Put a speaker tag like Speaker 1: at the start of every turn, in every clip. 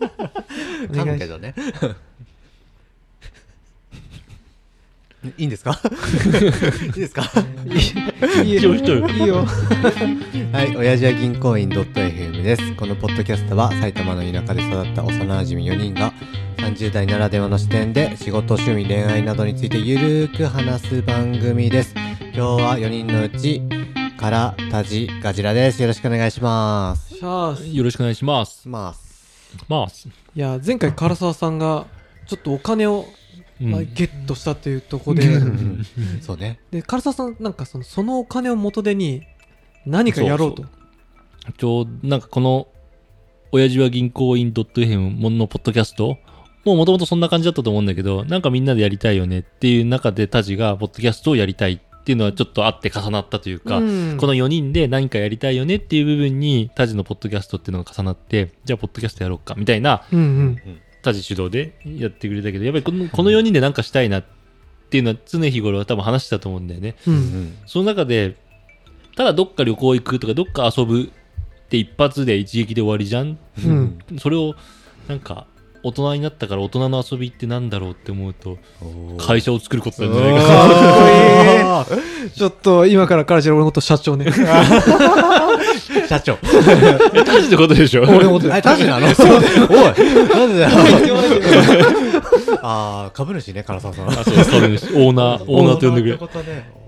Speaker 1: お
Speaker 2: 噛
Speaker 1: 願
Speaker 2: む
Speaker 1: い
Speaker 2: け
Speaker 1: し
Speaker 2: どね いいんですかいいですか
Speaker 1: いい
Speaker 3: 一応一人
Speaker 1: いいよ
Speaker 2: はい、親父は銀行員 .fm です。このポッドキャストは埼玉の田舎で育った幼馴染4人が30代ならではの視点で仕事、趣味、恋愛などについてゆるーく話す番組です。今日は4人のうち、から、たじ、ガジラです。よろしくお願いします。
Speaker 1: シャース
Speaker 3: よろしくお願いします。
Speaker 2: ます。
Speaker 3: まあ、す
Speaker 1: いや前回唐沢さんがちょっとお金を、
Speaker 3: うん
Speaker 1: まあ、ゲットしたというところで
Speaker 2: そうね。
Speaker 1: で唐沢さんなんかそのそのお金を元手に何かやろうと
Speaker 3: そちょうなんかこの、親父は銀行員 .fm ものポッドキャストもうもともとそんな感じだったと思うんだけど、なんかみんなでやりたいよねっていう中でタジがポッドキャストをやりたいっていうのはちょっとあって重なったというか、
Speaker 1: うん
Speaker 3: この4人で何かやりたいよねっていう部分にタジのポッドキャストっていうのが重なって、じゃあポッドキャストやろうかみたいな
Speaker 1: うんうん
Speaker 3: タジ主導でやってくれたけど、やっぱりこのこの4人で何かしたいなっていうのは常日頃は多分話してたと思うんだよね。
Speaker 1: う
Speaker 2: うんん。
Speaker 3: その中で、ただどっか旅行行くとか、どっか遊ぶって一発で一撃で終わりじゃん。
Speaker 1: うん
Speaker 3: それを、なんか、大人になったから大人の遊びってなんだろうって思うと、会社を作ることなんじゃないか。
Speaker 1: かっこいいちょっと今から彼女俺のこと社長ね
Speaker 2: 社長。
Speaker 3: 大事ってことでしょ
Speaker 1: 俺のこと
Speaker 2: あ
Speaker 1: だ
Speaker 2: れ、タジ
Speaker 1: よ
Speaker 2: な のおい、なんでだよ。あー、株主ね、唐沢さん。
Speaker 3: あ、そう、そうですオーナー、オーナーと呼んでくれ。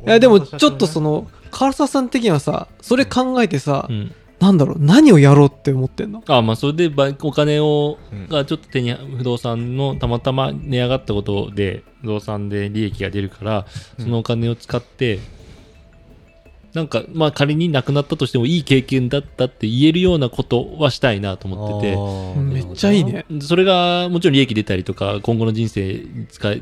Speaker 1: いやでもちょっとそ
Speaker 2: の、
Speaker 1: の唐沢さん的にはさそれ考えてさ、
Speaker 3: うん。
Speaker 1: なんだろう何をやろうって思ってんの
Speaker 3: あ、まあ、それでば、お金を
Speaker 2: うん、
Speaker 3: がちょっと手に、不動産のたまたま値上がったことで、不動産で利益が出るから、そのお金を使って、なんか、まあ仮に亡くなったとしてもいい経験だったって言えるようなことはしたいなと思ってて、
Speaker 1: めっちゃいい。ね
Speaker 3: それがもちろん利益出たりとか、今後の人生に使い、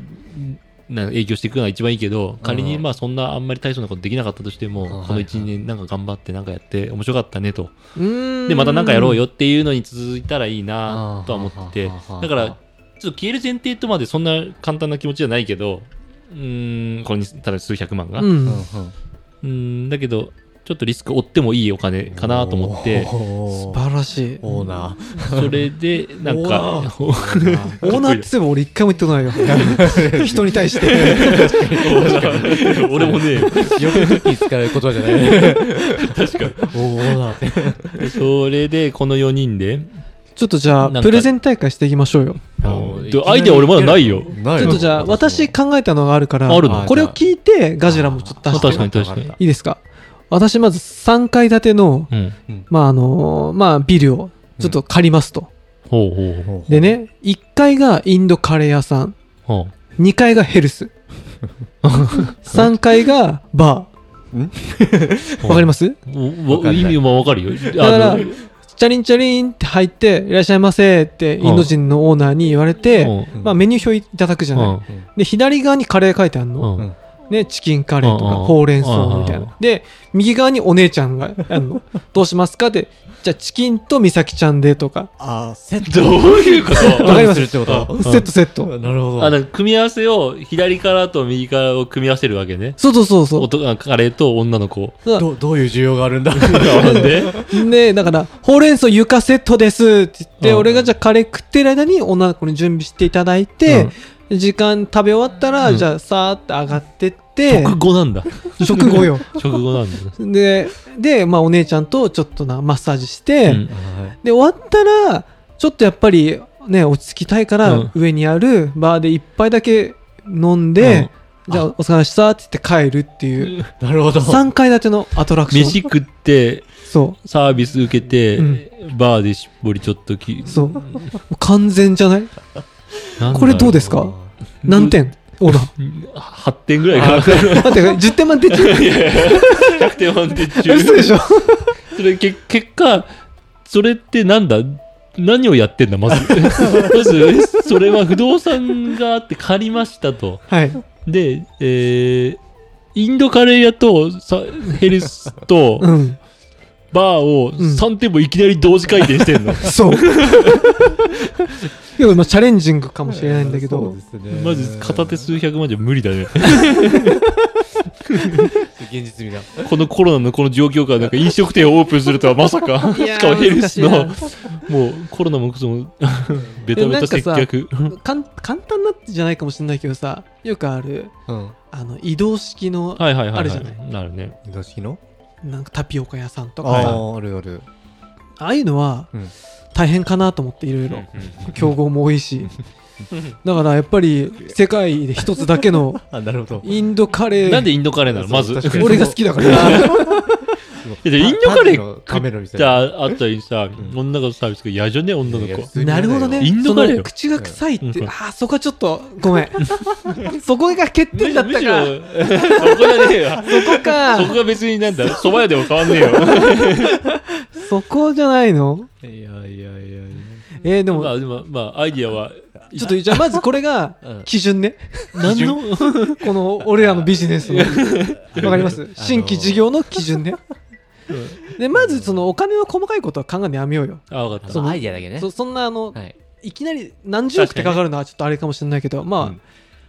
Speaker 3: な影響していくのが一番いいけど、仮に
Speaker 2: うん
Speaker 3: まあそんなあんまり大層なことできなかったとして
Speaker 2: うん
Speaker 3: も、こ
Speaker 2: はい
Speaker 3: の
Speaker 2: はい
Speaker 3: 1、2年なんか頑張ってなんかやって面白かったねと。
Speaker 1: うーん
Speaker 3: で、またなんかやろうよっていうのに続いたらいいなとは思ってて
Speaker 2: あー、
Speaker 3: だから、ちょっと消える前提とまでそんな簡単な気持ちじゃないけど、うーん、これに、ただ数百万が
Speaker 1: う。
Speaker 2: うん
Speaker 1: ん
Speaker 2: うん
Speaker 3: うん、だけど、ちょっとリスク負ってもいいお金かなと思って、
Speaker 2: 素
Speaker 1: 素晴らしい
Speaker 2: オーナ
Speaker 3: それで、なん
Speaker 2: お
Speaker 3: か、
Speaker 2: ー。
Speaker 1: オーナーって言えば俺一回も言ったことな いよ人に対して
Speaker 3: 俺もね、
Speaker 2: よくクッキー使う言葉じゃない。確かに。オーナーって。
Speaker 3: それで、この4人で、
Speaker 1: ちょっとじゃ
Speaker 3: な
Speaker 1: あ
Speaker 3: んか
Speaker 1: プレゼン大会していきましょうよ
Speaker 3: あ
Speaker 2: もう
Speaker 3: でアイデア俺まだないよ
Speaker 2: な
Speaker 1: ちょっとじゃあ私考えたのがあるから
Speaker 3: あるの
Speaker 1: これを聞いてガジラもちょっと出して
Speaker 3: 確かに確かに
Speaker 1: いいですか私まず3階建ての
Speaker 3: うん。
Speaker 1: まああのーまあビルをちょっと借りますと、
Speaker 3: ほうほうほう。
Speaker 2: に
Speaker 1: で。ね1階がインドカレー屋さん
Speaker 3: ほ
Speaker 1: 2階がヘ ルス3階がバ ー
Speaker 3: う
Speaker 1: わかります
Speaker 3: すお
Speaker 2: わかんな
Speaker 3: お
Speaker 2: い
Speaker 3: 意味はわかるよ。
Speaker 1: だか
Speaker 3: あの
Speaker 1: らチャリンチャリンって入っていらっしゃいませってインド人のオーナーに言われて、
Speaker 3: うん
Speaker 1: まあ、メニュー表いただくじゃない、
Speaker 3: うん
Speaker 1: で左側にカレー書いてあるの、
Speaker 3: うん
Speaker 1: ね、チキンカレーと
Speaker 3: うん
Speaker 1: か
Speaker 3: うん
Speaker 1: ほうれん草みたい
Speaker 3: うんうん
Speaker 1: なで右側にお姉ちゃんがあるの どうしますかってじゃあチキンと美咲ちゃんでとか
Speaker 2: あー、セッ
Speaker 3: どういうこ
Speaker 2: ト。
Speaker 3: と
Speaker 1: わかります
Speaker 2: するってこと
Speaker 1: セットセット
Speaker 2: なるほ
Speaker 3: あの組み合わせを左からと右からを組み合わせるわけね。
Speaker 1: そうそうそうそう
Speaker 3: 男カレーと女の子。
Speaker 1: そう
Speaker 2: ど。どういう需要があるんだ
Speaker 3: で、
Speaker 1: で、だから、ほうれん草床セットですって言って、
Speaker 3: うん
Speaker 1: 俺がじゃあカレー食ってる間に女の子に準備していただいて、時間食べ終わったら、
Speaker 3: うん
Speaker 1: じゃあさーって上がってって、
Speaker 3: 食後なんだ。
Speaker 1: 食後よ。
Speaker 3: 食後なんだ。
Speaker 1: で、で、まあお姉ちゃんとちょっとな、マッサージして、
Speaker 3: うん
Speaker 1: で、終わったら、ちょっとやっぱりね、落ち着きたいから、
Speaker 3: うん
Speaker 1: 上にあるバーで一杯だけ飲んで、じゃあお疲れ様でしたって言って帰るっていう、
Speaker 2: なるほど。
Speaker 1: 3階建てのアトラクション。
Speaker 3: 飯食って、
Speaker 1: そ
Speaker 3: サービス受けて、
Speaker 1: う
Speaker 3: バーでしっぽりちょっとき
Speaker 1: う、そう。もう完全じゃないこれどうですか何点オーナー
Speaker 3: 8点ぐらいかな。
Speaker 1: 待って、10点満点中。
Speaker 3: いやいや100点満点中。
Speaker 1: 嘘でしょ
Speaker 3: それけ結果、それってなんだ何をやってんだまず。 まず、えそれは不動産があって借りましたと。
Speaker 1: はい。
Speaker 3: で、えー、インドカレー屋とさヘルスと
Speaker 1: うん。
Speaker 3: バーを
Speaker 1: ん
Speaker 3: 3店舗いきなり同時回転してんの。
Speaker 1: そう。結構まあチャレンジングかもしれないんだけど、
Speaker 2: そうですね
Speaker 3: マジ片手数百万じゃ無理だね
Speaker 2: 現実味が
Speaker 3: このコロナのこの状況下なんか飲食店をオープンするとはまさか
Speaker 1: いや
Speaker 3: し
Speaker 1: ー
Speaker 3: かもヘルスの
Speaker 1: 難し
Speaker 3: もうコロナもクソもベタベタ接客
Speaker 1: いなかん簡単なってじゃないかもしれないけどさよくある
Speaker 2: うん
Speaker 1: あの移動式の
Speaker 3: はいはいはいはい
Speaker 1: あるじゃない
Speaker 3: なるね
Speaker 2: 移動式の
Speaker 1: なんかタピオカ屋さんと
Speaker 2: あ
Speaker 1: か
Speaker 3: はい
Speaker 1: あ
Speaker 2: ああるある
Speaker 1: あいうのは
Speaker 2: うん
Speaker 1: 大変かなと思っていろいろ競合も多 いしだからやっぱり世界で一つだけ の
Speaker 2: あなるほど
Speaker 1: インドカレー
Speaker 3: なんでインドカレーなのまず
Speaker 2: そう確かに
Speaker 1: 俺が好き だから
Speaker 3: いやインドカレー
Speaker 2: カメラみたい
Speaker 3: じゃ
Speaker 2: な
Speaker 3: ああったりさ、
Speaker 2: ん
Speaker 3: 女の子サービスが嫌じゃね女の
Speaker 2: いやいや
Speaker 3: 子
Speaker 2: 普通に
Speaker 1: なるほどね
Speaker 3: インドカレーよ
Speaker 1: その口が臭いって、
Speaker 3: うん
Speaker 1: ああそこはちょっとごめん そこが欠点だったか
Speaker 3: むし
Speaker 1: そ
Speaker 3: ろそこじゃねえわ
Speaker 1: こか
Speaker 3: そこが別になんだそば屋でも変わんねえよ
Speaker 1: そこじゃないの
Speaker 3: いやいやいや
Speaker 1: えー、で
Speaker 3: で
Speaker 1: も、
Speaker 3: もまあでもまあアイディアは
Speaker 1: ちょっとじゃあまずこれが
Speaker 2: うん
Speaker 1: 基準ね
Speaker 3: 何の
Speaker 1: この俺らのビジネスのわかります新規事業の基準ねでまずそのお金の細かいことは考えるのやめようよ
Speaker 3: あ分かった
Speaker 2: そのアイディアだけね
Speaker 1: そそんなあの、
Speaker 2: はい
Speaker 1: い、きなり何十億ってかかるのはちょっとあれかもしれないけどまあ、
Speaker 2: うん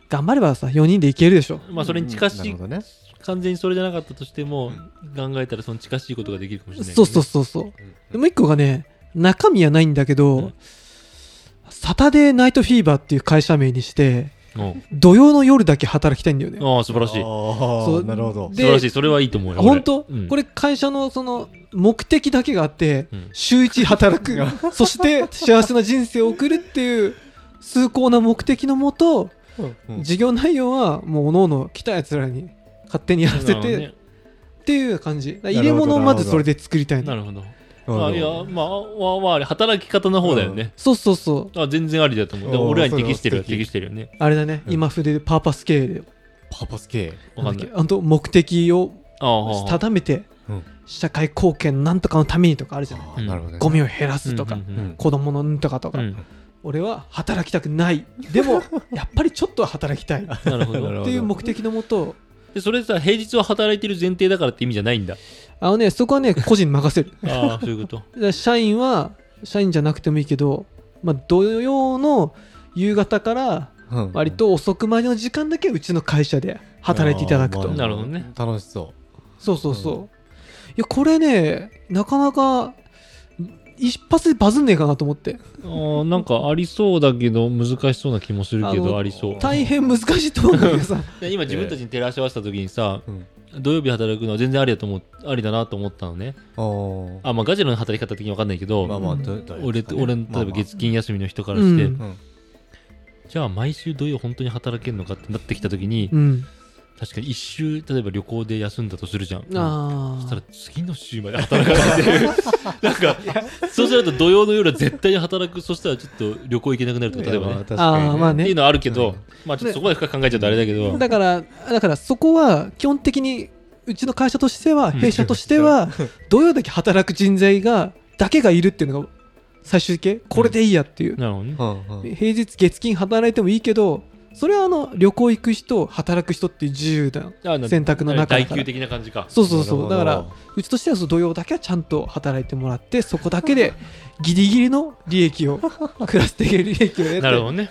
Speaker 1: 頑張ればさ4人でいけるでしょ
Speaker 3: まあそれに近し
Speaker 2: なる
Speaker 3: い
Speaker 2: ほどね
Speaker 3: 完全にそれじゃなかったとしても考えたらその近しいことができるかもしれない
Speaker 1: そうそうそうそうでもう一個がね中身はないんだけど、
Speaker 3: うん
Speaker 1: サタデーナイトフィーバーっていう会社名にして
Speaker 3: うん
Speaker 1: 土曜の夜だけ働きたいんだよね
Speaker 3: ああ素晴らしい
Speaker 1: そ
Speaker 2: あ
Speaker 1: う
Speaker 2: あなるほど
Speaker 1: で
Speaker 3: 素晴らしいそれはいいと思うよ俺
Speaker 1: 本当、
Speaker 3: うん
Speaker 1: これ会社のその目的だけがあって、
Speaker 3: うん
Speaker 1: 週一働く そして幸せな人生を送るっていう崇高な目的のも
Speaker 2: う
Speaker 1: と、
Speaker 2: ん
Speaker 1: 事業内容はもう各々来たやつらに勝手にやらせ
Speaker 3: な
Speaker 1: て、
Speaker 3: る
Speaker 1: っていう感じだから
Speaker 2: な
Speaker 1: 入
Speaker 2: る
Speaker 1: れ
Speaker 2: ほど
Speaker 1: 物をまずそれで作りたい
Speaker 3: ほどねな
Speaker 1: の
Speaker 3: るほど
Speaker 2: あ
Speaker 3: あいやまあわわあれ働き方の方だよね
Speaker 1: そうそうそう
Speaker 3: あ全然ありだと思うでも
Speaker 2: おー
Speaker 3: 俺らに適してるよ
Speaker 2: それは素敵
Speaker 3: 適してるよね
Speaker 1: あれだね、
Speaker 2: うん
Speaker 1: 今筆でパーパス経営で
Speaker 2: パーパス系
Speaker 3: わかんない
Speaker 1: あと目的を
Speaker 3: ああああ
Speaker 1: 定めて
Speaker 2: うん
Speaker 1: 社会貢献なんとかのためにとかあるじゃない
Speaker 2: ああなるほどね
Speaker 1: ゴミを減らすとか、
Speaker 3: うんうんうん
Speaker 1: 子供のうんとかとか、
Speaker 3: うん
Speaker 1: 俺は働きたくないでもやっぱりちょっとは働きたいっ
Speaker 3: なるほ
Speaker 2: なる
Speaker 3: ど
Speaker 2: ほど
Speaker 1: ていう目的のもと
Speaker 3: でそれさ平日は働いてる前提だからって意味じゃないんだ
Speaker 1: あのねそこはね個人に任せる
Speaker 3: ああそういうこと
Speaker 1: だ から社員は社員じゃなくてもいいけど、まあ、土曜の夕方から
Speaker 2: うん
Speaker 1: 割と遅くまでの時間だけうちの会社で働いていただく
Speaker 2: あ
Speaker 1: と
Speaker 2: ー
Speaker 3: なるほどね
Speaker 2: 楽しそ
Speaker 1: そうそうそう、
Speaker 2: う
Speaker 1: いやこれねなかなか一発でバズんねえかなと思って
Speaker 3: あーなんかありそうだけど難しそうな気もするけ
Speaker 1: あ
Speaker 3: ど
Speaker 1: の
Speaker 3: ありそう
Speaker 1: 大変難しいと思うんだけど さ
Speaker 3: で今自分たちに照らし合わせた時にさ、
Speaker 2: ううん
Speaker 3: 土曜日働くのは全然ありだと思うありだなと思ったのね
Speaker 2: ああ
Speaker 3: あまあガジェルの働き方的に分かんないけど、
Speaker 2: まあまあど
Speaker 3: 俺と俺の例えば月金休みの人から
Speaker 1: う
Speaker 3: して、
Speaker 1: ん
Speaker 2: うん
Speaker 3: じゃあ毎週土曜本当に働けるのかってなってきた時に、
Speaker 1: うん
Speaker 3: 確かに一週例えば旅行で休んだとするじゃん、
Speaker 1: あ
Speaker 3: そした
Speaker 1: あ
Speaker 3: ら次の週まで働かないって いうなんかそうすると土曜の夜は絶対に働くそしたらちょっと旅行行けなくなるとか例えばね、っ
Speaker 2: 確
Speaker 1: あーまあね
Speaker 3: ていうのはあるけど、
Speaker 2: うん
Speaker 3: まあちょっとそこまで深く考えちゃうとあれだけど、
Speaker 1: だからだからそこは基本的にうちの会社としては弊社としては土曜だけ働く人材がだけがいるっていうのが最終形これでいいやっていう、
Speaker 3: なるほどね
Speaker 2: うんうん
Speaker 1: 平日月金働いてもいいけどそれはあの旅行行く人働く人っていう自由だ
Speaker 3: あな
Speaker 1: 選択の中だ
Speaker 3: 耐
Speaker 1: か
Speaker 3: 久
Speaker 1: ら
Speaker 3: 的な感じか
Speaker 1: そうそうそう
Speaker 2: な
Speaker 1: だ
Speaker 2: るほど
Speaker 1: からうちとしてはその土曜だけはちゃんと働いてもらってそこだけでギリギリの利 益を暮らしていける利益を得て
Speaker 3: なるほどね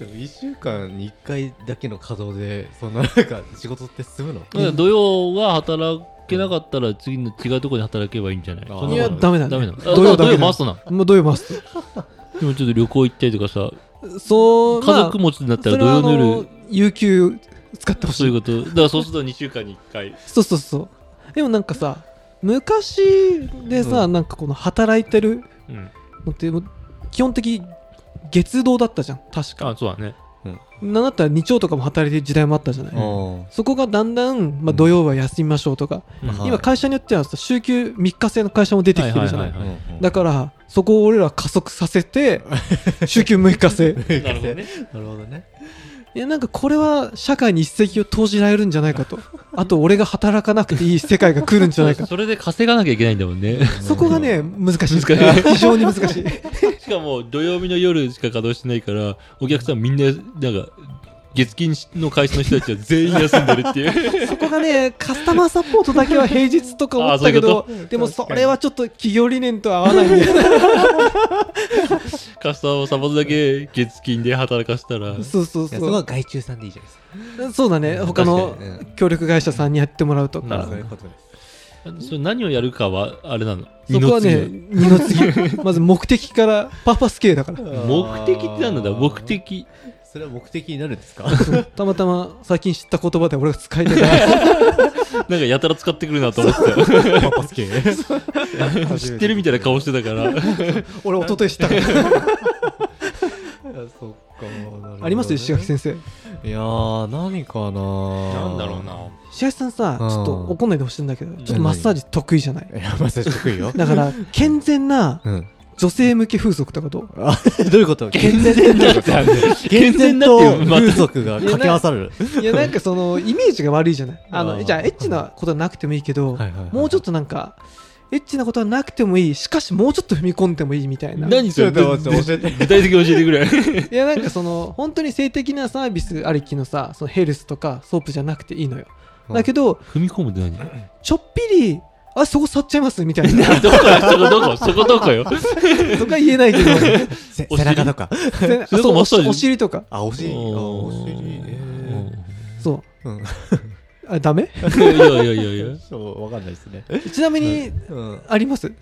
Speaker 2: でも1週間に1回だけの稼働でそんななんか仕事って進むの
Speaker 3: だから土曜は働けなかったら次の違うところで働けばいいんじゃない
Speaker 2: あー
Speaker 3: そん
Speaker 1: いや
Speaker 3: なこと
Speaker 1: ダメだね
Speaker 3: ダメなのあ
Speaker 1: 土曜
Speaker 3: 土
Speaker 1: だけ
Speaker 3: 曜
Speaker 1: だ
Speaker 3: マストな
Speaker 1: もう土曜回す
Speaker 3: のでもちょっと旅行行ったりとかさ
Speaker 1: そう
Speaker 3: 家
Speaker 1: まあ
Speaker 3: 族持ちになったら
Speaker 1: それ
Speaker 3: 土
Speaker 1: は
Speaker 3: 曜
Speaker 1: あ
Speaker 3: の
Speaker 1: の
Speaker 3: 夜
Speaker 1: 有給使ってほし
Speaker 3: そうい
Speaker 1: いう
Speaker 3: ことだからそうすると2週間に1回
Speaker 1: そうそうそうでもなんかさ昔でさ、なんかこの働いてる
Speaker 3: うん
Speaker 1: のって基本的に月堂だったじゃん確か
Speaker 3: あそう だね
Speaker 1: なんだったら日曜とかも働いてる時代もあったじゃない、
Speaker 2: うん
Speaker 1: そこがだんだん、まあ、土曜は休みましょうとか、
Speaker 3: うん
Speaker 2: はい
Speaker 1: 今会社によってはさ週休3日制の会社も出てきてるじゃない,、
Speaker 3: はい
Speaker 2: うんうん
Speaker 1: だからそこを俺ら加速させ て週休6日制
Speaker 3: なるほど ね
Speaker 2: なるほどね
Speaker 1: いやなんかこれは社会に一石を投じられるんじゃないかとあと俺が働かなくていい世界が来るんじゃないか
Speaker 3: それで稼がなきゃいけないんだもんね
Speaker 1: そこがね難しい
Speaker 3: 難しい
Speaker 1: 非常に 難しい
Speaker 3: しかも土曜日の夜しか稼働してないからお客さんみんななんか月金の会社の人たちは全員休んでるって いう
Speaker 1: そこがね、カスタマーサポートだけは平日とか思ったけど
Speaker 3: あ、
Speaker 1: でもそれはちょっと企業理念と合わないんだよ
Speaker 3: カスタマーサポートだけ月金で働かせたら
Speaker 1: なそうそ
Speaker 2: い
Speaker 1: う
Speaker 2: やそこ
Speaker 1: そ
Speaker 2: は外注さんでいいじゃないですか
Speaker 1: う。そうだね、他の
Speaker 2: 確かにね
Speaker 1: 協力会社さんにやってもらうと
Speaker 3: なる
Speaker 1: か
Speaker 3: ほ
Speaker 2: そう。いうことです
Speaker 3: それ何をやるかはあれなの
Speaker 1: そこはね、二 の次。まず目的からパーパス系だから。
Speaker 3: 目的って何なんだ
Speaker 2: あー
Speaker 3: 目的
Speaker 2: それは目的になるんですか
Speaker 1: たまたま最近知った言葉で俺が使いたい。
Speaker 3: なんかやたら使ってくるなと 思ってたよ 知ってるみたいな顔してたから
Speaker 1: 俺一昨日知ったから。
Speaker 2: そっかなるほどね
Speaker 1: ありますよ、石垣先生。
Speaker 2: いやー何かな
Speaker 3: な
Speaker 2: なん
Speaker 3: だろうな
Speaker 1: 石垣さんさ、ち
Speaker 2: うん
Speaker 1: ょっと怒んないでほしいんだけど、
Speaker 3: ん
Speaker 1: ちょっとマッサージ得意じゃない。
Speaker 2: いやまさし得意 よ
Speaker 1: だから、健全な
Speaker 2: うん
Speaker 1: 女性向け風俗とかどう
Speaker 2: あどういうこと健全
Speaker 3: だって あの
Speaker 2: 健全
Speaker 3: だって
Speaker 2: と
Speaker 3: ま
Speaker 2: 風俗が掛け合わされる
Speaker 1: いやなんかそのイメージが悪いじゃないあ
Speaker 2: あ
Speaker 1: の
Speaker 2: ー
Speaker 1: じゃあエッチなことはなくてもいいけ
Speaker 2: は
Speaker 1: ど、
Speaker 2: いはいはい
Speaker 1: もうちょっとなんかエッチなことはなくてもいいしかしもうちょっと踏み込んでもいいみたいな
Speaker 3: 何それ
Speaker 2: ちょっ
Speaker 3: 具
Speaker 2: と待って教えて
Speaker 3: 体的に教えてくれ
Speaker 1: いやなんかその本当に性的なサービスありきのさそのヘルスとかソープじゃなくていいのよ
Speaker 2: うん
Speaker 1: だけど
Speaker 3: 踏み込むって何
Speaker 1: ちょっぴりあそこ触っちゃいますみたいな
Speaker 3: どこよそこどこそこどこよ
Speaker 1: とか言えないけど
Speaker 2: せ
Speaker 3: お尻
Speaker 2: 背中とか
Speaker 1: であ
Speaker 3: それと
Speaker 1: そう
Speaker 3: マ
Speaker 1: お
Speaker 3: ッサージ
Speaker 1: 尻お尻とか
Speaker 2: あお尻あお尻ね
Speaker 1: そう
Speaker 2: うん
Speaker 1: あダメ
Speaker 3: うんいやいやいやいや
Speaker 2: そうわかんないですね
Speaker 1: ちなみに
Speaker 2: うん
Speaker 1: あります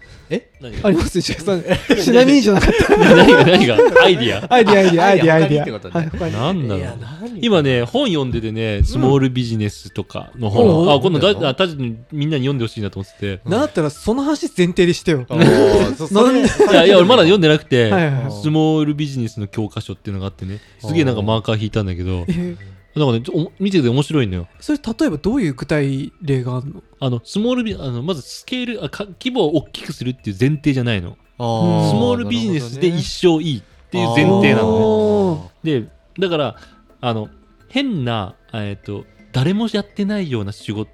Speaker 3: 何
Speaker 1: あ
Speaker 3: が
Speaker 1: ります石川さんちなみにじゃなかっ
Speaker 3: 何が何がアイディア
Speaker 1: たアイディアアイディアアイディアア
Speaker 2: あ
Speaker 1: イデ
Speaker 2: 他に
Speaker 1: ィア
Speaker 2: ってことね
Speaker 1: はい他に
Speaker 3: 何だ
Speaker 2: い
Speaker 3: ろ
Speaker 2: や
Speaker 3: う
Speaker 2: 何
Speaker 3: 今ね本読んでてねスモールビジネスとかの
Speaker 1: う
Speaker 3: 本
Speaker 1: ん
Speaker 3: あ今度
Speaker 2: うん
Speaker 3: があ確かにみんなに読んでほしいなと思ってて
Speaker 1: なんだったらその話前提でしてよ。
Speaker 2: あーそそれ
Speaker 3: いやいや俺まだ読んでなくて
Speaker 1: はいはいはい
Speaker 3: スモールビジネスの教科書っていうのがあってねすげえなんかマーカー引いたんだけど
Speaker 1: えー
Speaker 3: なんかねちょお見てて面白いのよ
Speaker 1: それ例えばどういう具体例があるの
Speaker 3: あのスモールビあのまずスケールあか規模を大きくするっていう前提じゃないの
Speaker 2: ス
Speaker 3: スモ
Speaker 2: モ
Speaker 3: ールビジネスで一生いいっていう前提なのね
Speaker 1: の
Speaker 3: でだからあの変な、えっと誰もやってないような仕事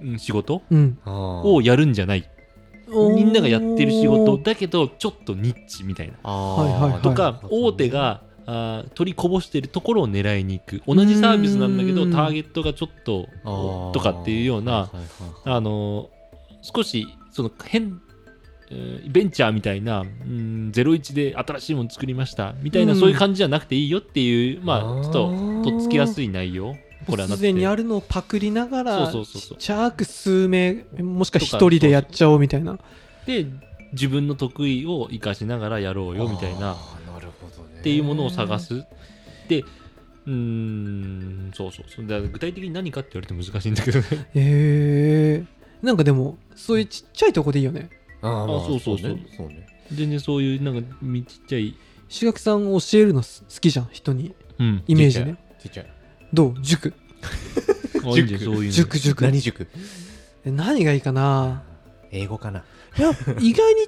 Speaker 3: うん仕事
Speaker 1: うん。
Speaker 3: をやるんじゃないみんながやってる仕事だけどちょっとニッチみたいな
Speaker 1: はいはいはい
Speaker 3: とか大手があー取りこぼしてるところを狙いに行く同じサービスなんだけ
Speaker 1: う
Speaker 3: ど
Speaker 1: ーん
Speaker 3: ターゲットがちょっととかっていうようなあのー少しその変、えーベンチャーみたいな、うん、01で新しいもの作りましたみたいな、
Speaker 1: うん
Speaker 3: そういう感じじゃなくていいよっていう、まあ、
Speaker 2: あー
Speaker 3: ちょっととっつきやすい内容これはなっ
Speaker 1: す
Speaker 3: て
Speaker 1: でにあ
Speaker 3: て
Speaker 1: るのをパクりながら、
Speaker 3: そうそうそうそう
Speaker 1: ちっちゃく数名、もしくは一人でやっちゃおうみたいな。
Speaker 3: で自分の得意を生かしながらやろうよみたいなっ
Speaker 2: なるほどね
Speaker 3: ていうものを探すでうーんそうそうそうだから具体的に何かって言われても難しいんだけどね
Speaker 1: へえー。なんかでも、そういうちっちゃいとこでいいよね。
Speaker 2: あーまあ
Speaker 3: あそうそうそう
Speaker 2: ねそうね
Speaker 3: 全然そういうなんかみちっちゃい、
Speaker 1: 石垣さん教えるのす好きじゃん、人に。
Speaker 3: うん、
Speaker 1: イメージね。
Speaker 2: ちっちゃい
Speaker 1: どう塾。
Speaker 3: あいいんだよそういうの
Speaker 1: 塾、塾。
Speaker 2: 何塾
Speaker 1: え何がいいかな
Speaker 2: 英語かない
Speaker 1: や、意外に、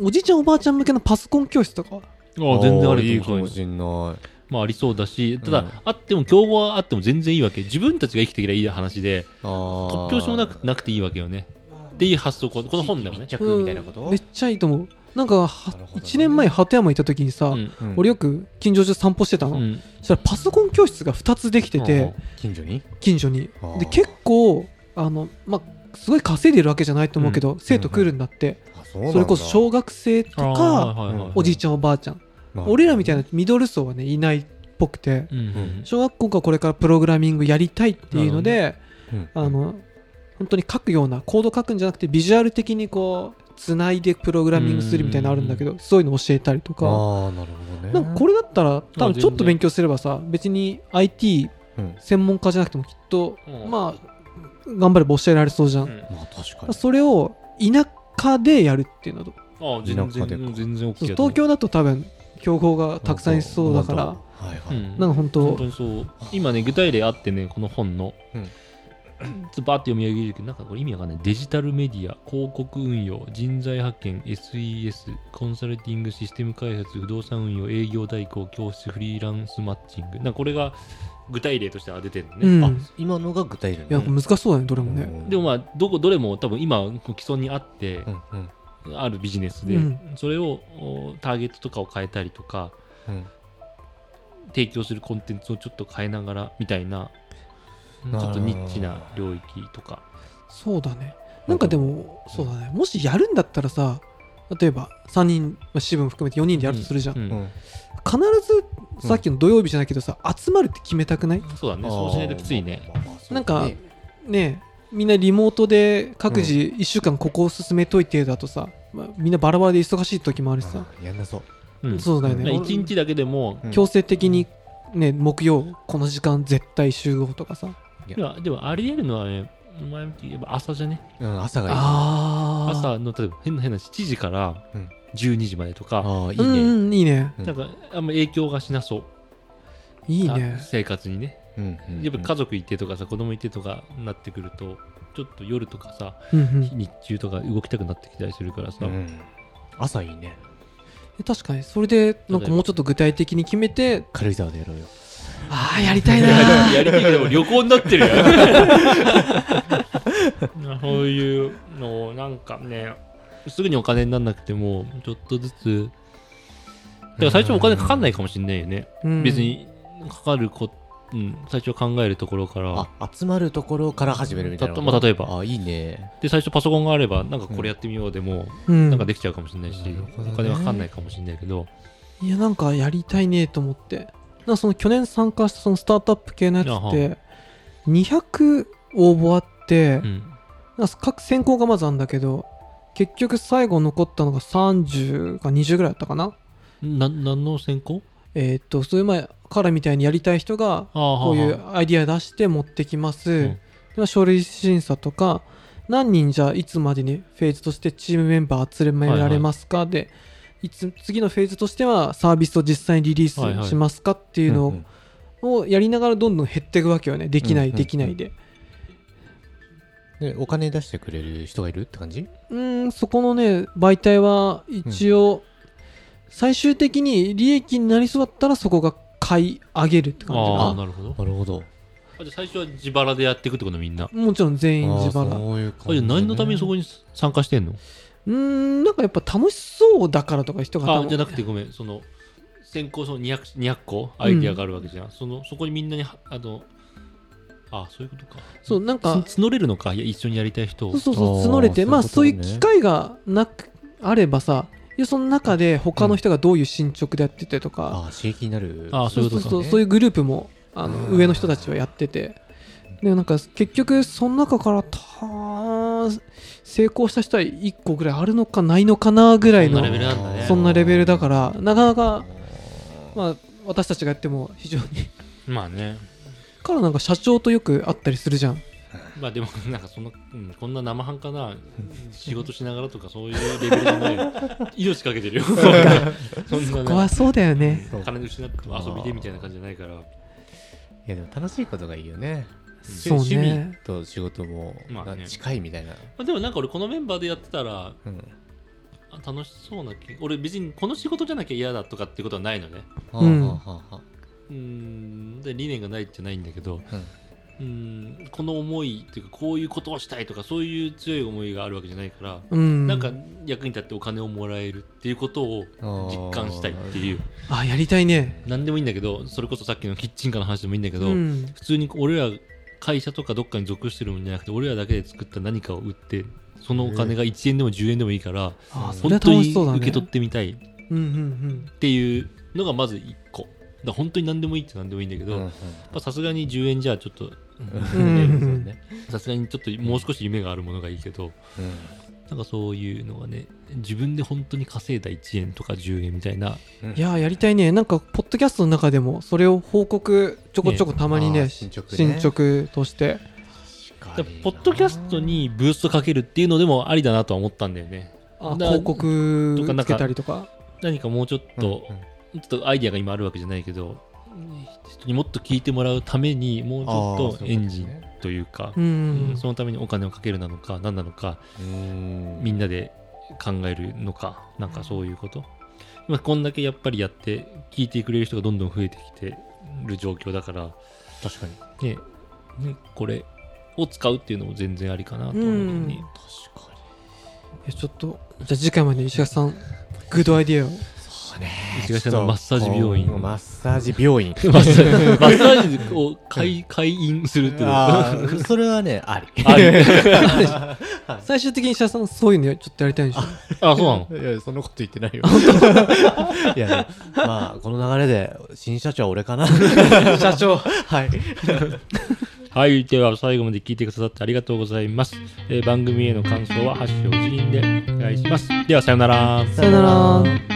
Speaker 1: おじいちゃんおばあちゃん向けのパソコン教室とか。
Speaker 3: あ全然あ
Speaker 2: ーい
Speaker 3: る
Speaker 2: い
Speaker 3: と
Speaker 2: か
Speaker 3: 思う
Speaker 2: もしんない
Speaker 3: まあありそうだし、ただ、
Speaker 2: うん
Speaker 3: あっても、競合はあっても全然いいわけ。自分たちが生きていけばいい話で、
Speaker 2: あー
Speaker 3: 突拍子もなくなくていいわけよね。っていう発想、ここの本だよね
Speaker 2: 地。域密着みたいなこと
Speaker 1: めっちゃいいと思うなんかは
Speaker 2: なるほどね
Speaker 1: 1年前鳩山行った時にさ、
Speaker 3: うん
Speaker 2: うん
Speaker 1: 俺よく近所中散歩してたの、
Speaker 3: うん
Speaker 1: そしたらパソコン教室が2つできてて、
Speaker 2: 近所に
Speaker 1: 近所に
Speaker 2: あー
Speaker 1: で結構あのまあすごい稼いでるわけじゃないと思うけど、生徒来るんだって、
Speaker 2: あそうなんだ
Speaker 1: それこそ小学生と
Speaker 3: あ
Speaker 1: か
Speaker 3: ーはいはいはい
Speaker 1: おじいちゃんおばあちゃん、
Speaker 2: まあ
Speaker 1: 俺らみたいなミドル層はねいないっぽくて、
Speaker 3: うんうん
Speaker 1: 小学校がこれからプログラミングやりたいっていうので、
Speaker 2: うん
Speaker 1: あの本当に書くようなコード書くんじゃなくてビジュアル的にこうつないでプログラミングするみたいなのあるんだけどそういうの教えたりと
Speaker 2: あ
Speaker 1: か
Speaker 2: ーなるほどね
Speaker 1: なんかこれだった
Speaker 3: あ
Speaker 1: ら多
Speaker 3: 全
Speaker 1: 分
Speaker 3: 然
Speaker 1: ちょっと勉強すればさ別に IT
Speaker 2: うん
Speaker 1: 専門家じゃなくてもきっと
Speaker 3: うん
Speaker 1: まあ頑張れば教えられそうじゃ
Speaker 3: うんん
Speaker 2: まあ確かに
Speaker 1: それを田舎でやるっていうのと
Speaker 3: ああ、全
Speaker 2: 田舎でか
Speaker 3: 然、全然 OK だと思う
Speaker 1: 東京だと多分競合がたくさんいそうだから
Speaker 2: はいは
Speaker 3: う
Speaker 2: い
Speaker 3: ん
Speaker 1: なんか本
Speaker 3: 本
Speaker 1: 当
Speaker 3: 当にそう。今ね、具体例あってね、この本の。
Speaker 2: うん
Speaker 3: ちょっとバーって読み上げるけど、なんかこれ意味わかんない。デジタルメディア、広告運用、人材派遣、SES、コンサルティング、システム開発、不動産運用、営業代行、教室、フリーランスマッチング。なんかこれが具体例としては出てるのね。
Speaker 1: うん
Speaker 2: あ今のが具体例
Speaker 1: いや難しそうだねどれもね
Speaker 2: ね
Speaker 3: でもまあどこどれも多分今こう既存にあって
Speaker 2: う、んうん
Speaker 3: あるビジネスで、
Speaker 1: うん
Speaker 3: それをおターゲットとかを変えたりとか
Speaker 2: うん
Speaker 3: 提供するコンテンツをちょっと変えながらみたいな
Speaker 2: なる
Speaker 3: ちょ
Speaker 2: ほど
Speaker 3: っとニッチな領域とか
Speaker 1: そうだねなんかでもそうだねもしやるんだったらさ例えば3人まあ七分含めて4人でやるとするじゃん、
Speaker 3: う
Speaker 2: うんん
Speaker 1: 必ずさっきの土曜日じゃないけどさ集まるって決めたくない
Speaker 3: そうだねそうしないときついね
Speaker 2: あーまあまあそう
Speaker 1: なんか
Speaker 2: ね
Speaker 1: ねえみんなリモートで各自1週間ここを進めといてだとさ、まあ、みんなバラバラで忙しい時もあるしさ
Speaker 2: あーやんなそう
Speaker 3: うん
Speaker 1: そうだよ
Speaker 3: まあ
Speaker 1: ね
Speaker 3: 一日だけでも
Speaker 2: うん
Speaker 1: 強制的にね木曜この時間絶対集合とかさ
Speaker 3: でもでもありえるのはね前向きやっぱ朝じゃね
Speaker 2: うん朝がいい
Speaker 1: あー
Speaker 3: 朝の例えば変な変な7時から
Speaker 2: うん
Speaker 3: 12時までとか、
Speaker 2: ああいい
Speaker 1: うん
Speaker 2: ね
Speaker 1: うんいいね
Speaker 2: うん
Speaker 3: なんかあんま影響がしなそう
Speaker 1: いいね
Speaker 3: あ生活にね
Speaker 2: うんうん
Speaker 3: やっぱ家族いてとかさ子供いてとかなってくるとちょっと夜とかさ
Speaker 1: うんうん
Speaker 3: 日中とか動きたくなってきたりするからさ、
Speaker 2: うん朝いいね
Speaker 1: え確かにそれでなんかもうちょっと具体的に決めて
Speaker 2: 軽井沢でやろうよ
Speaker 1: ああやりたいなー
Speaker 3: やりたいけど旅行になってるやん そういうのをなんかねすぐにお金にならなくてもちょっとずつだから最初お金かかんないかもしれないよね、
Speaker 1: うん
Speaker 3: 別にかかるこ、うん、最初考えるところから
Speaker 2: あ集まるところから始めるみたいなこと
Speaker 3: たとまあ例えば
Speaker 2: あいいね
Speaker 3: で最初パソコンがあればなんかこれやってみようでも、
Speaker 1: うん
Speaker 3: なんかできちゃうかもしれないし、
Speaker 2: なるほどね
Speaker 3: お金はかかんないかもしれないけど
Speaker 1: いやなんかやりたいねと思ってなんかその去年参加したそのスタートアップ系のやつ
Speaker 3: あ
Speaker 1: っ
Speaker 3: は
Speaker 1: て200応募あって、
Speaker 3: うん
Speaker 1: なんか各選考がまずあるんだけど結局最後残ったのが30か20ぐらいだったかな
Speaker 3: な何の選考
Speaker 1: えーっとそういう前からみたいにやりたい人がこうい
Speaker 3: あ
Speaker 1: うアイディア出して持ってきます、
Speaker 3: ん
Speaker 1: でまあ書類審査とか何人じゃあいつまでにフェーズとしてチームメンバー集められますか、でいつ次のフェーズとしてはサービスを実際にリリ
Speaker 3: はい
Speaker 1: ー
Speaker 3: は
Speaker 1: ス
Speaker 3: い
Speaker 1: しますかっていうの
Speaker 2: ん
Speaker 1: を
Speaker 2: ん
Speaker 1: をやりながらどんどん減っていくわけよねできな
Speaker 2: う
Speaker 1: い、
Speaker 2: んうん
Speaker 1: できないで
Speaker 2: でお金出してくれる人がいるって感じ
Speaker 1: うーんそこのね媒体は一応、最終的に利益になりそうだったらそこが買い上げるって感じ
Speaker 3: あ
Speaker 1: か
Speaker 3: あ
Speaker 1: な
Speaker 3: なるほど
Speaker 2: なるほど
Speaker 3: あじゃあ最初は自腹でやっていくってことみんな。
Speaker 1: もちろん全員自
Speaker 2: あー
Speaker 1: 腹う
Speaker 2: そういう感
Speaker 3: あじゃあ何のためにそこ
Speaker 2: に
Speaker 3: に参加してんの
Speaker 1: ーんなんかやっぱ楽しそうだからとか人が多
Speaker 3: あ
Speaker 1: 分
Speaker 3: じゃなくてごめん、その先行その 200, 200個アイディアがあるわけじゃん。そのそこにみんなには、あの、あそういうことか。
Speaker 1: そうなんか
Speaker 3: つ募れるのか、いや一緒にやりたい人を
Speaker 1: そう。そう
Speaker 2: あ
Speaker 1: そう
Speaker 2: ー
Speaker 1: 募れてまあ
Speaker 2: そ
Speaker 1: そうう
Speaker 2: い
Speaker 1: いうう
Speaker 2: ことね
Speaker 1: 機会がなくあればさいやその中で他の人がどういう進捗でやっててとか、
Speaker 2: あー刺激になる
Speaker 3: あーそういうこと
Speaker 1: そ
Speaker 3: か
Speaker 1: うそうそういうグループもあの
Speaker 2: うん
Speaker 1: 上の人たちはやっててでなんか結局その中からた成功した人は1個ぐらいあるのかないのかなぐらい
Speaker 3: そんな
Speaker 1: の
Speaker 3: レベルなんだね
Speaker 1: そんなレベルだからなかなか、
Speaker 2: ま
Speaker 1: まあ、私たちがやっても非常に
Speaker 3: まあね。
Speaker 1: からなんか社長とよく会ったりするじゃん
Speaker 3: まあでも、 なんかその、うんこんな生半可な仕事しながらとかそういうレベルじゃない よ。命かけてるよ。そん な
Speaker 1: ここは
Speaker 3: ね
Speaker 1: そうだよね
Speaker 2: そう
Speaker 3: 金失っても遊びでみたいな感じじゃないから。
Speaker 2: いやでも楽しいことがいいよね
Speaker 1: そうね
Speaker 2: 趣味と仕事も
Speaker 3: まあね
Speaker 2: なんか近いみたいな、
Speaker 3: まあ、でもなんか俺このメンバーでやってたら、
Speaker 2: うん
Speaker 3: あ楽しそうな気俺別にこの仕事じゃなきゃ嫌だとかってことはないのね
Speaker 1: うん
Speaker 2: はあはあはあ
Speaker 3: うーんで理念がないってないんだけど
Speaker 2: うん
Speaker 3: うーんこの思いっていうかこういうことをしたいとかそういう強い思いがあるわけじゃないから、
Speaker 1: うん
Speaker 3: なんか役に立ってお金をもらえるっていうことを実感したいっていう
Speaker 1: あやりたいね
Speaker 3: 何でもいいんだけどそれこそさっきのキッチンカーの話でもいいんだけど、
Speaker 1: うん
Speaker 3: 普通に俺ら会社とかどっかに属してるもんじゃなくて俺らだけで作った何かを売ってそのお金が1円でも10円でもいいから、
Speaker 1: あそれ
Speaker 3: 本
Speaker 1: は
Speaker 3: 当
Speaker 1: 楽
Speaker 3: に
Speaker 1: しそうだね
Speaker 3: 受け取ってみたいっ
Speaker 1: うんうんうん
Speaker 3: ていうのがまず1個だから本当に何でもいいって何でもいいんだけ
Speaker 2: うん
Speaker 3: ど
Speaker 2: うん
Speaker 3: やっぱさすがに10円じゃちょっと
Speaker 1: うんうん
Speaker 2: ね
Speaker 3: さすがにちょっともう少し夢があるものがいいけどなんかそういうのがね自分で本当に稼いだ1円とか10円みたいない
Speaker 1: やーやりたいねなんかポッドキャストの中でもそれを報告ちょこちょこたまにね
Speaker 2: あー進
Speaker 1: 進
Speaker 2: 捗
Speaker 1: 捗
Speaker 2: ね
Speaker 1: として
Speaker 3: だからポッドキャストにブーストかけるっていうのでもありだなとは思ったんだよね
Speaker 1: あ
Speaker 3: だ
Speaker 1: 広
Speaker 3: とか
Speaker 1: 告
Speaker 3: なんか
Speaker 1: つけたりとか
Speaker 3: 何かもうちょっと、
Speaker 2: うんうん
Speaker 3: ちょっとアイディアが今あるわけじゃないけど人にもっと聞いてもらうためにもうちょっとエンジンというか
Speaker 1: うんうん
Speaker 3: そのためにお金をかけるなのか何なのか
Speaker 2: うん
Speaker 3: みんなで考えるのかなんかそういうこと今こんだけやっぱりやって聞いてくれる人がどんどん増えてきてる状況だから
Speaker 2: 確かに
Speaker 3: ねねこれを使うっていうのも全然ありかなと思うけどね
Speaker 2: 確かに
Speaker 1: いやちょっとじゃあ次回までに石垣さんグッドアイディアを
Speaker 2: かね
Speaker 3: 石垣のマッサージ病院
Speaker 2: ちょっとこうマッサージ病 院
Speaker 3: マッサージマッサージを開開院するっていうの
Speaker 2: あーそれはねあり
Speaker 3: あり
Speaker 1: 最終的に石田さんそういうのちょっとやりたいんでしょ
Speaker 3: あ、そうなの
Speaker 2: いやそんなこと言ってないよ いや、ね、まあこの流れで新社長は俺か な
Speaker 1: 社長
Speaker 2: はい
Speaker 3: はい、では最後まで聞いてくださってありがとうございます。えー番組への感想は、ハッシュを一輪でお願いします。では、さようなら。
Speaker 1: さよなら